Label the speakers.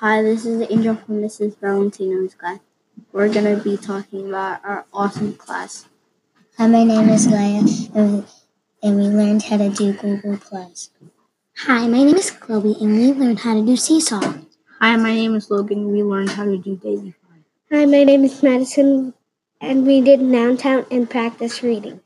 Speaker 1: Hi, this is the Angel from Mrs. Valentino's class. We're going to be talking about our awesome class.
Speaker 2: Hi, my name is Gaia, and and we learned how to do Google Plus.
Speaker 3: Hi, my name is Chloe, and we learned how to do Seesaw.
Speaker 1: Hi, my name is Logan. We learned how to do Daisy Five.
Speaker 4: Hi, my name is Madison, and we did noun count and practice reading.